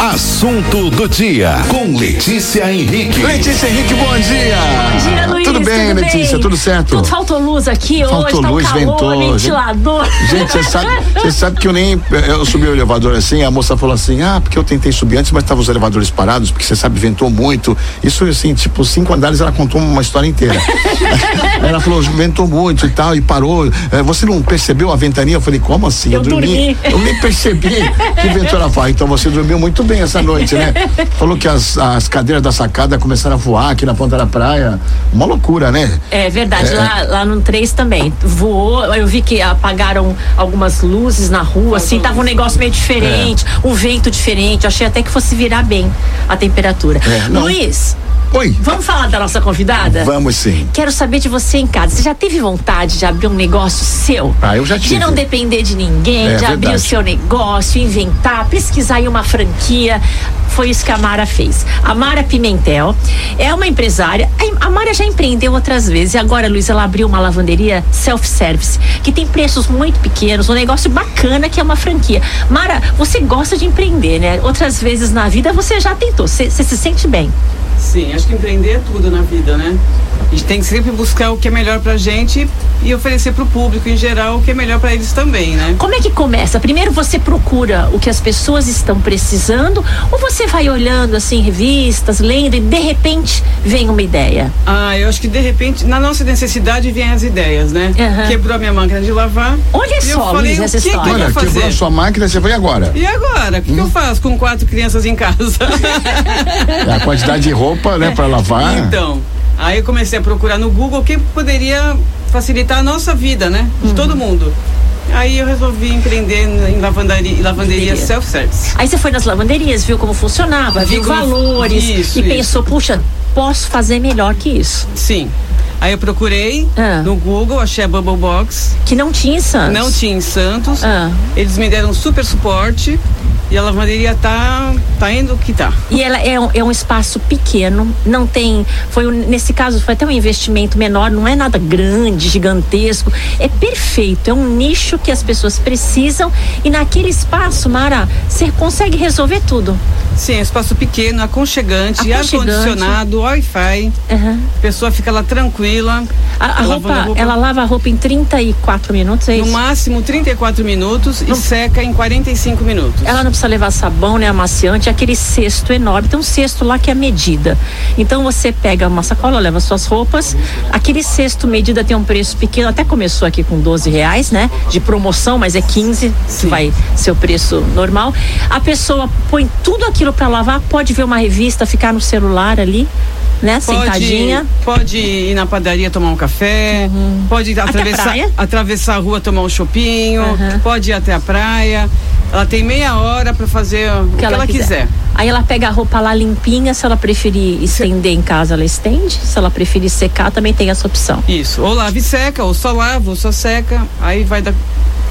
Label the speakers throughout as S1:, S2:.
S1: Assunto do dia com Letícia Henrique.
S2: Letícia Henrique, bom dia.
S3: Bom dia, Luiz.
S2: Ah, Tudo bem, Letícia? Tudo certo?
S3: Tudo- faltou luz aqui
S2: Faltou
S3: hoje, tá um
S2: luz,
S3: calor,
S2: ventou,
S3: ventilador.
S2: Gente, você sabe, você sabe que eu nem. Eu subi o elevador assim, a moça falou assim: ah, porque eu tentei subir antes, mas estavam os elevadores parados, porque você sabe, ventou muito. Isso, assim, tipo, cinco andares, ela contou uma história inteira. Aí ela falou: ventou muito e tal, e parou. Eh, Você não percebeu a ventania? Eu falei: como assim?
S3: Eu dormi.
S2: Eu nem percebi que ventou ela vai. Então você dormiu muito bem essa noite, né? Falou que as, as cadeiras da sacada começaram a voar aqui na ponta da praia. Uma loucura, né?
S3: É verdade, Lá, lá no 3 também. Voou, eu vi que apagaram algumas luzes na rua, assim, tava um negócio meio diferente,
S2: É.
S3: um vento diferente. Eu achei até que fosse virar bem a temperatura.
S2: É, não.
S3: Luiz,
S2: Oi.
S3: vamos falar da nossa convidada?
S2: Vamos sim.
S3: Quero saber de você em casa. Você já teve vontade de abrir um negócio seu?
S2: Ah, eu já
S3: De
S2: tive.
S3: não depender de ninguém,
S2: É,
S3: de abrir o
S2: verdade.
S3: seu negócio, inventar, pesquisar em uma franquia. Foi isso que a Mara fez. A Mara Pimentel é uma empresária. A- A Mara já empreendeu outras vezes. E agora, Luiz, ela abriu uma lavanderia self-service, que tem preços muito pequenos, um negócio bacana que é uma franquia. Mara, você gosta de empreender, né? Outras vezes na vida você já tentou. Você você se sente bem.
S4: Sim, acho que empreender é tudo na vida, né? A gente tem que sempre buscar o que é melhor pra gente e oferecer pro público em geral o que é melhor pra eles também, né?
S3: Como é que começa? Primeiro você procura o que as pessoas estão precisando ou você vai olhando assim revistas, lendo e de repente vem uma ideia?
S4: Ah, eu acho que de repente, na nossa necessidade, vêm as ideias, né?
S3: Aham.
S4: Quebrou a minha máquina de lavar.
S3: Olha
S4: E eu
S3: só,
S4: falei,
S3: Luiz,
S4: o
S3: essa
S4: que que
S3: história.
S4: eu
S2: Olha,
S4: vou fazer?
S2: quebrou a sua máquina, você vai agora.
S4: E agora? O que, que eu faço com quatro crianças em casa?
S2: É a quantidade de roupa, né, pra lavar.
S4: Então, aí eu comecei a procurar no Google o que poderia facilitar a nossa vida, né? De todo mundo. Aí eu resolvi empreender em lavanderia, lavanderia
S3: Lavanderia.
S4: self-service.
S3: Aí você foi nas lavanderias, viu como funcionava,
S4: Vi
S3: viu
S4: como-
S3: valores
S4: Isso,
S3: e
S4: isso.
S3: pensou, puxa, posso fazer melhor que isso.
S4: Sim. Aí eu procurei
S3: Ah.
S4: no Google, achei a Bubble Box,
S3: Que não tinha em Santos.
S4: não tinha em Santos.
S3: Ah.
S4: Eles me deram super suporte e a lavanderia tá, tá indo que tá.
S3: E ela é um, é um espaço pequeno, não tem. Foi um- nesse caso foi até um investimento menor, não é nada grande, gigantesco. É perfeito, é um nicho que as pessoas precisam e naquele espaço, Mara, você consegue resolver tudo.
S4: Sim, é um espaço pequeno, aconchegante,
S3: Aconchegante.
S4: ar-condicionado, Wi-Fi.
S3: Aham.
S4: A pessoa fica lá tranquila.
S3: A, a
S4: lavando
S3: roupa, ela lava a roupa em 34 minutos, é
S4: No
S3: isso?
S4: máximo 34 minutos e seca em 45 minutos.
S3: Ela não precisa levar sabão, né, amaciante, é aquele cesto enorme. Tem um cesto lá que é a medida. Então você pega uma sacola, leva suas roupas. Aquele cesto medida tem um preço pequeno, até começou aqui com 12 reais, né? De promoção, mas é 15, que
S4: Sim.
S3: vai ser o preço normal. A pessoa põe tudo aquilo para lavar, pode ver uma revista, ficar no celular ali, né? Sentadinha. Uhum.
S4: pode ir na padaria tomar um café, pode atravessar,
S3: praia.
S4: atravessar a rua tomar um chopinho,
S3: Uhum.
S4: pode ir até a praia. Ela tem meia hora para fazer o que, ela, quiser.
S3: Aí ela pega a roupa lá limpinha, se ela preferir estender em casa, ela estende. Se ela preferir secar, também tem essa opção.
S4: Isso. Ou lava e seca, ou só lava, ou só seca. Aí vai da.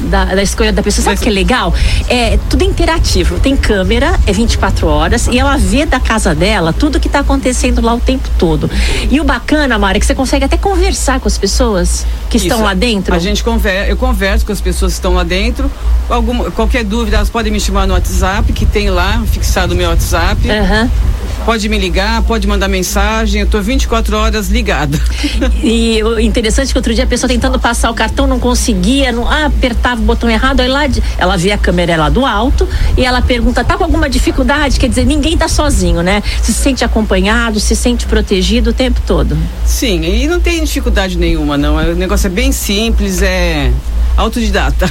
S3: da, da escolha da pessoa. Sabe o
S4: Mas-
S3: que é legal? É tudo interativo. Tem câmera, é 24 horas, e ela vê da casa dela tudo que tá acontecendo lá o tempo todo. E o bacana, Mara, é que você consegue até conversar com as pessoas que estão
S4: Isso.
S3: lá dentro.
S4: A gente conver, eu converso com as pessoas que estão lá dentro. Alguma, qualquer dúvida, elas podem me chamar no WhatsApp, que tem lá fixado o meu WhatsApp.
S3: Aham.
S4: Pode me ligar, pode mandar mensagem. Eu tô 24 horas ligada.
S3: E o interessante é que outro dia a pessoa tentando passar o cartão não conseguia, não, ah, apertava o botão errado, aí lá de- ela vê a câmera lá do alto e ela pergunta: tá com alguma dificuldade? Quer dizer, ninguém tá sozinho, né? Se sente acompanhado, se sente protegido o tempo todo.
S4: Sim, e não tem dificuldade nenhuma, não. O negócio é bem simples, é autodidata.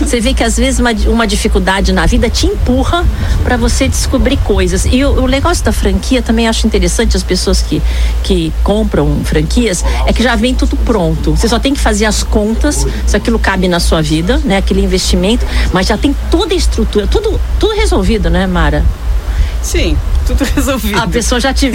S3: É, Você vê que às vezes uma, uma dificuldade na vida te empurra para você descobrir coisas. E o, o negócio da franquia também acho interessante as pessoas que, que compram franquias é que já vem tudo pronto. Você só tem que fazer as contas se aquilo cabe na sua vida, né? Aquele investimento, mas já tem toda a estrutura, tudo tudo resolvido, né, Mara?
S4: Sim, tudo resolvido.
S3: A pessoa já te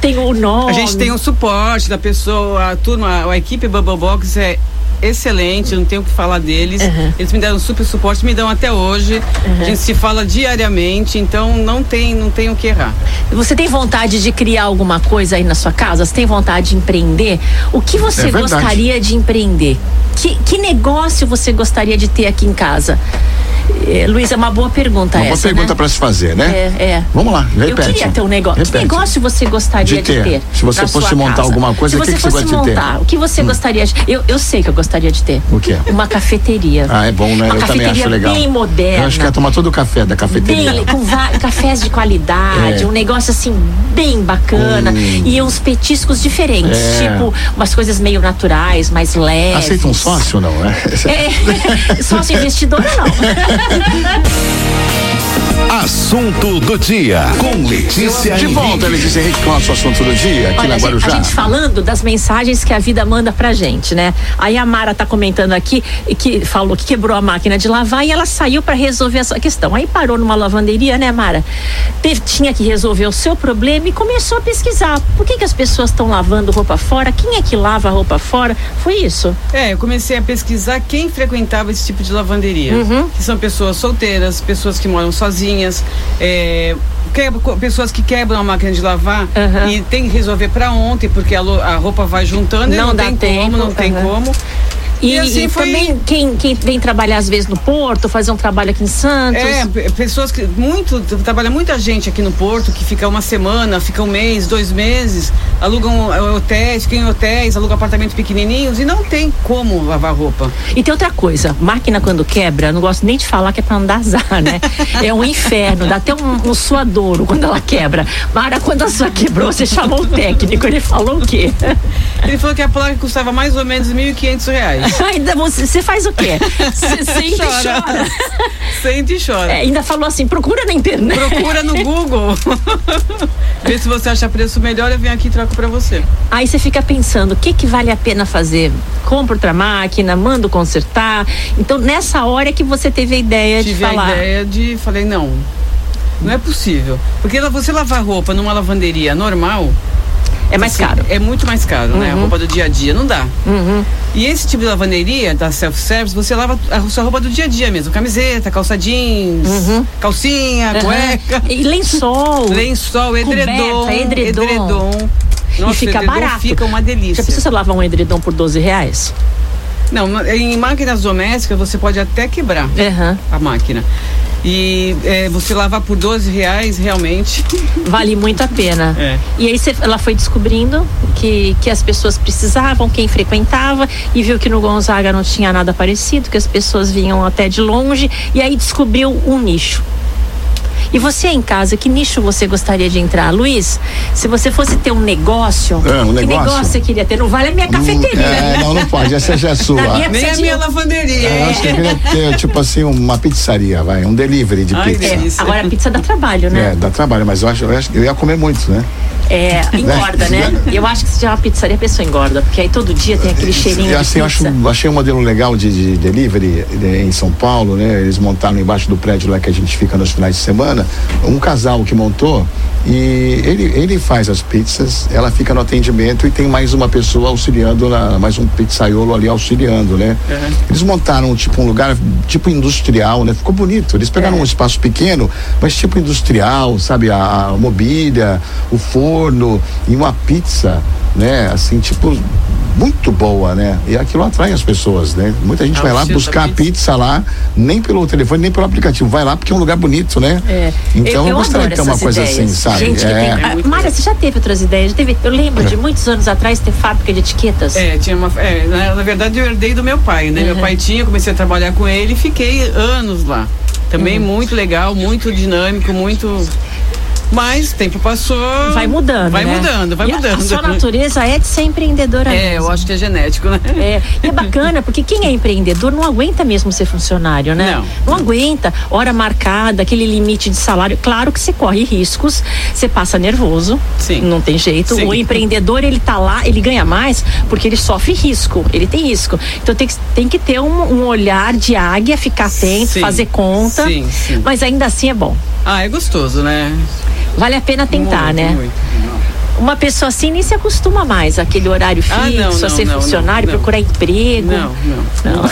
S3: tem o nome.
S4: A gente tem o suporte da pessoa, a turma, a equipe Bubble Box é excelente, eu não tenho o que falar deles.
S3: Uhum.
S4: Eles me deram super suporte, me dão até hoje. A gente se fala diariamente, então não tem, não tem o que errar.
S3: Você tem vontade de criar alguma coisa aí na sua casa? Você tem vontade de empreender? O que
S2: É
S3: você
S2: verdade.
S3: gostaria de empreender? Que, que negócio você gostaria de ter aqui em casa? É, Luiz, é uma boa pergunta
S2: Uma boa
S3: essa.
S2: pergunta
S3: né?
S2: para se fazer, né?
S3: É, é.
S2: Vamos lá, repete.
S3: Eu queria ter um negócio. Que
S2: Repete.
S3: negócio você gostaria
S2: De
S3: de
S2: ter.
S3: ter?
S2: Se você
S3: na sua
S2: fosse montar
S3: casa?
S2: alguma coisa,
S3: Se
S2: o que
S3: você
S2: que você
S3: fosse
S2: gosta de ter? Hum.
S3: montar, o que você gostaria de eu, eu sei que eu gostaria de ter.
S2: O quê?
S3: Uma cafeteria.
S2: Ah, é bom, né?
S3: Uma
S2: eu também
S3: cafeteria
S2: acho legal.
S3: bem moderna.
S2: Eu acho que ia tomar todo o café da cafeteria.
S3: Bem, com va- cafés de qualidade,
S2: É. Hum.
S3: um negócio assim bem bacana e uns petiscos diferentes,
S2: É.
S3: tipo umas coisas meio naturais, mais leves.
S2: Aceita um sócio ou não? É.
S3: É, sócio investidor ou não?
S1: Assunto do dia. Com Letícia
S2: De
S1: Henrique.
S2: volta, Letícia Henrique, com o nosso assunto do dia, aqui
S3: É. Olha,
S2: na
S3: a gente,
S2: Guarujá.
S3: a gente falando das mensagens que a vida manda pra gente, né? Aí a Mara tá comentando aqui e que falou que quebrou a máquina de lavar e ela saiu pra resolver essa questão. Aí parou numa lavanderia, né, Mara? Teve- tinha que resolver o seu problema e começou a pesquisar. Por que, que as pessoas estão lavando roupa fora? Quem é que lava roupa fora? Foi isso.
S4: É, eu comecei a pesquisar quem frequentava esse tipo de lavanderia.
S3: Uhum.
S4: Que são pessoas solteiras, pessoas que moram sozinhas, é, quebra- co- pessoas que quebram a máquina de lavar
S3: Uhum.
S4: e tem que resolver pra ontem, porque a, lo- a roupa vai juntando e
S3: Não
S4: não
S3: dá
S4: tem
S3: tempo,
S4: como, não tem
S3: uhum.
S4: como.
S3: E, e também quem, quem vem trabalhar às vezes no Porto, fazer um trabalho aqui em Santos.
S4: É, pe- pessoas que muito trabalha muita gente aqui no Porto que fica uma semana, fica um mês, dois meses, alugam eh, hotéis, ficam em hotéis, alugam apartamentos pequenininhos e não tem como lavar roupa.
S3: E tem outra coisa, máquina quando quebra, eu não gosto nem de falar que é pra andar azar, né? É um inferno, dá até um, um suadouro quando ela quebra. Mara, quando a sua quebrou, você chamou o técnico, ele falou o quê?
S4: Ele falou que a placa custava mais ou menos 1.500 reais.
S3: Ainda você, você faz o quê? Você sente e chora.
S4: Sente e chora.
S3: É, ainda falou assim, procura na internet.
S4: Procura no Google. Vê se você acha preço melhor, eu venho aqui e troco pra você.
S3: Aí você fica pensando, o que que vale a pena fazer? Compra outra máquina, mando consertar. Então, nessa hora é que você teve a ideia de
S4: Tive
S3: falar.
S4: a ideia de. Falei, não. Não é possível. Porque la- você lavar roupa numa lavanderia normal.
S3: É mais
S4: assim,
S3: caro. Uhum.
S4: É muito mais caro, né? A roupa do dia a dia não dá. E esse tipo de lavanderia, da self-service, você lava a sua roupa do dia a dia mesmo. Camiseta, calça jeans, calcinha,
S3: Aham.
S4: cueca,
S3: Uhum. E lençol.
S4: lençol, edredom.
S3: Coberta, edredom.
S4: Nossa,
S3: e fica
S4: edredom
S3: barato.
S4: Fica uma delícia.
S3: Já precisa você lavar um edredom por 12 reais?
S4: Não, ma- em máquinas domésticas você pode até quebrar
S3: Aham.
S4: a máquina. E eh, você lavar por 12 reais realmente.
S3: Vale muito a pena.
S4: É.
S3: E aí você, ela foi descobrindo que, que as pessoas precisavam, quem frequentava, e viu que no Gonzaga não tinha nada parecido, que as pessoas vinham até de longe, e aí descobriu um nicho. E você em casa, que nicho você gostaria de entrar? Luiz, se você fosse ter um negócio,
S2: É, um
S3: que
S2: negócio.
S3: negócio você queria ter? Não vale a minha cafeteria.
S2: É, não, não pode, essa já é sua.
S3: Na minha-
S4: Nem
S3: Você
S4: a
S3: tinha-
S4: minha lavanderia.
S2: Eu
S4: hein?
S2: acho que eu queria ter, tipo assim, uma pizzaria, vai, um delivery de
S4: Ai,
S3: é,
S2: pizza.
S4: delícia.
S3: Agora a pizza dá trabalho,
S2: É,
S3: né?
S2: dá trabalho, mas eu acho, eu acho que eu ia comer muito, né?
S3: É, engorda, né? Eu acho que se tiver uma pizzaria, a pessoa engorda, porque aí todo dia tem aquele cheirinho
S2: E
S3: de
S2: assim, eu
S3: pizza.
S2: acho, achei um modelo legal de, de delivery eh, em São Paulo, né? Eles montaram embaixo do prédio lá que a gente fica nos finais de semana, um casal que montou e ele, ele faz as pizzas, ela fica no atendimento e tem mais uma pessoa auxiliando, lá, mais um pizzaiolo ali auxiliando, né?
S3: Uhum.
S2: Eles montaram tipo um lugar tipo industrial, né? Ficou bonito. Eles
S3: É.
S2: pegaram um espaço pequeno, mas tipo industrial, sabe? A, a mobília, o forno e uma pizza, né? Assim, tipo muito boa, né? E aquilo atrai as pessoas, né? Muita gente
S4: Ah,
S2: vai lá
S4: você
S2: buscar a
S4: também.
S2: pizza lá, nem pelo telefone, nem pelo aplicativo. Vai lá porque é um lugar bonito, né?
S3: É.
S2: Então eu,
S3: eu
S2: gostaria de
S3: adoro
S2: ter uma
S3: essas
S2: coisa
S3: ideias.
S2: assim, sabe?
S3: Gente, que tem-
S2: é.
S3: Ah, Mara, você já teve outras ideias? Já teve- Eu lembro de muitos anos atrás ter fábrica de etiquetas.
S4: É, tinha uma. é, na, na verdade, eu herdei do meu pai, né? Meu pai tinha, comecei a trabalhar com ele e fiquei anos lá.
S3: Uhum.
S4: Também muito legal, muito dinâmico, muito. Mas o tempo passou.
S3: Vai mudando.
S4: Vai
S3: né?
S4: mudando, vai
S3: E a- A
S4: mudando.
S3: sua natureza é de ser empreendedora.
S4: É, eu
S3: mesmo.
S4: acho que é genético, né?
S3: É, e é bacana, porque quem é empreendedor não aguenta mesmo ser funcionário, né?
S4: Não.
S3: aguenta. Hora marcada, aquele limite de salário. Claro que você corre riscos, você passa nervoso.
S4: Sim.
S3: Não tem jeito.
S4: Sim.
S3: O empreendedor, ele tá lá, ele ganha mais porque ele sofre risco. Ele tem risco. Então tem que, tem que ter um, um olhar de águia, ficar atento,
S4: Sim.
S3: fazer conta.
S4: Sim, sim.
S3: Mas ainda assim é bom.
S4: Ah, é gostoso, né?
S3: Vale a pena tentar,
S4: Muito,
S3: né?
S4: muito.
S3: Uma pessoa assim nem se acostuma mais àquele horário fixo,
S4: Ah, não,
S3: a
S4: não,
S3: ser
S4: não, não,
S3: funcionário,
S4: não.
S3: procurar emprego.
S4: Não, não. Não.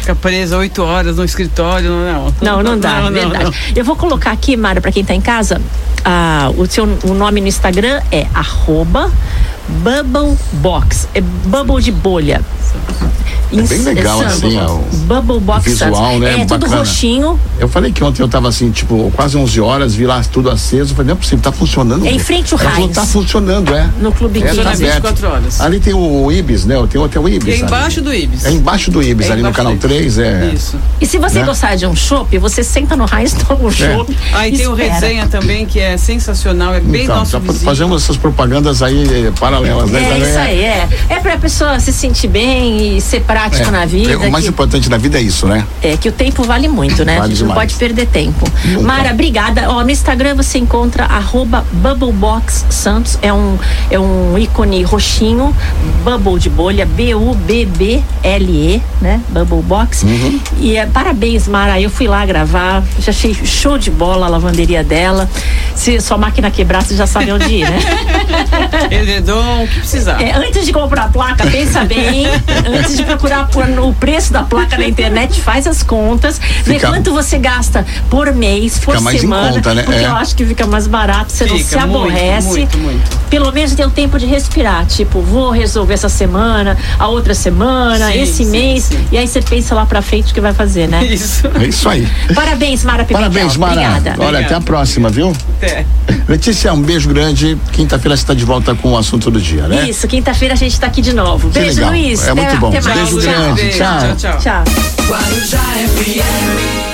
S4: Fica presa oito horas no escritório, não.
S3: Não, não dá,
S4: não,
S3: verdade.
S4: não.
S3: Eu vou colocar aqui, Mara, pra quem tá em casa, ah, o seu o nome no Instagram é arroba bubblebox, é bubble de bolha.
S2: É bem legal, assim, ó, o
S3: Bubble Box
S2: visual,
S3: Santos.
S2: né?
S3: É, tudo
S2: Bacana.
S3: roxinho.
S2: Eu falei que ontem eu tava assim, tipo, quase 11 horas, vi lá tudo aceso, falei, não é possível, tá funcionando.
S3: É em frente ao
S2: Ela falou,
S3: Heinz.
S2: Tá funcionando, é.
S3: No Clube
S2: é,
S3: King.
S2: tá
S3: Funciona
S4: 24
S2: aberto.
S4: horas.
S2: Ali tem o Ibis, né? Tem o hotel Ibis.
S4: E é
S2: ali.
S4: embaixo do Ibis.
S2: É embaixo do Ibis,
S4: É
S2: ali no
S4: embaixo
S2: canal
S4: do Ibis.
S2: 3, é.
S4: Isso.
S3: E se você
S2: Né? É.
S3: gostar de um chopp, você senta no Heinz, toma um chopp.
S4: Aí
S3: e
S4: tem o
S3: espera.
S4: resenha também, que é sensacional, é bem
S2: Então,
S4: nosso
S2: já
S4: vizinho.
S2: fazemos essas propagandas aí eh, paralelas, né?
S3: É
S2: Também
S3: isso aí, é. É pra pessoa se sentir bem e ser prático
S2: É.
S3: na vida.
S2: O mais
S3: que-
S2: importante da vida é isso, né?
S3: É que o tempo vale muito, né?
S2: Vale
S3: a gente não
S2: demais.
S3: pode perder tempo.
S2: Nunca.
S3: Mara, obrigada. Ó, no Instagram você encontra arroba Bubblebox Santos. É um, é um ícone roxinho, bubble de bolha, B-U-B-B-L-E, né? Bubblebox.
S2: Uhum.
S3: E é, parabéns, Mara. Eu fui lá gravar, já achei show de bola a lavanderia dela. Se sua máquina quebrar, você já sabe onde ir, né?
S4: Edredom, o que precisar.
S3: É, antes de comprar a placa, pensa bem. antes de procurar por- o preço da placa na internet, faz as contas. Vê
S2: Fica-
S3: quanto você gasta por mês, por
S2: Fica mais em
S3: semana.
S2: conta, né?
S3: Porque
S2: É.
S3: eu acho que fica mais barato, você não
S4: Fica,
S3: se aborrece.
S4: muito, muito, muito.
S3: Pelo menos deu tempo de respirar. Tipo, vou resolver essa semana, a outra semana,
S4: Sim,
S3: esse
S4: sim,
S3: mês.
S4: sim.
S3: E aí você pensa lá pra frente o que vai fazer, né?
S4: Isso.
S2: É isso aí.
S3: Parabéns, Mara Pimentel.
S2: Parabéns, Mara.
S3: Obrigada.
S2: Olha, até a próxima, viu?
S4: Até.
S2: Letícia, um beijo grande. Quinta-feira você está de volta com o assunto do dia, né?
S3: Isso, quinta-feira a gente tá aqui de novo.
S2: Que
S3: Beijo,
S2: legal.
S3: Luiz.
S2: É muito
S3: até,
S2: bom.
S3: Até mais.
S2: Beijo
S4: Tchau,
S2: grande.
S4: beijo.
S2: Tchau.
S4: tchau. tchau.
S3: Tchau.
S5: Guarujá FM.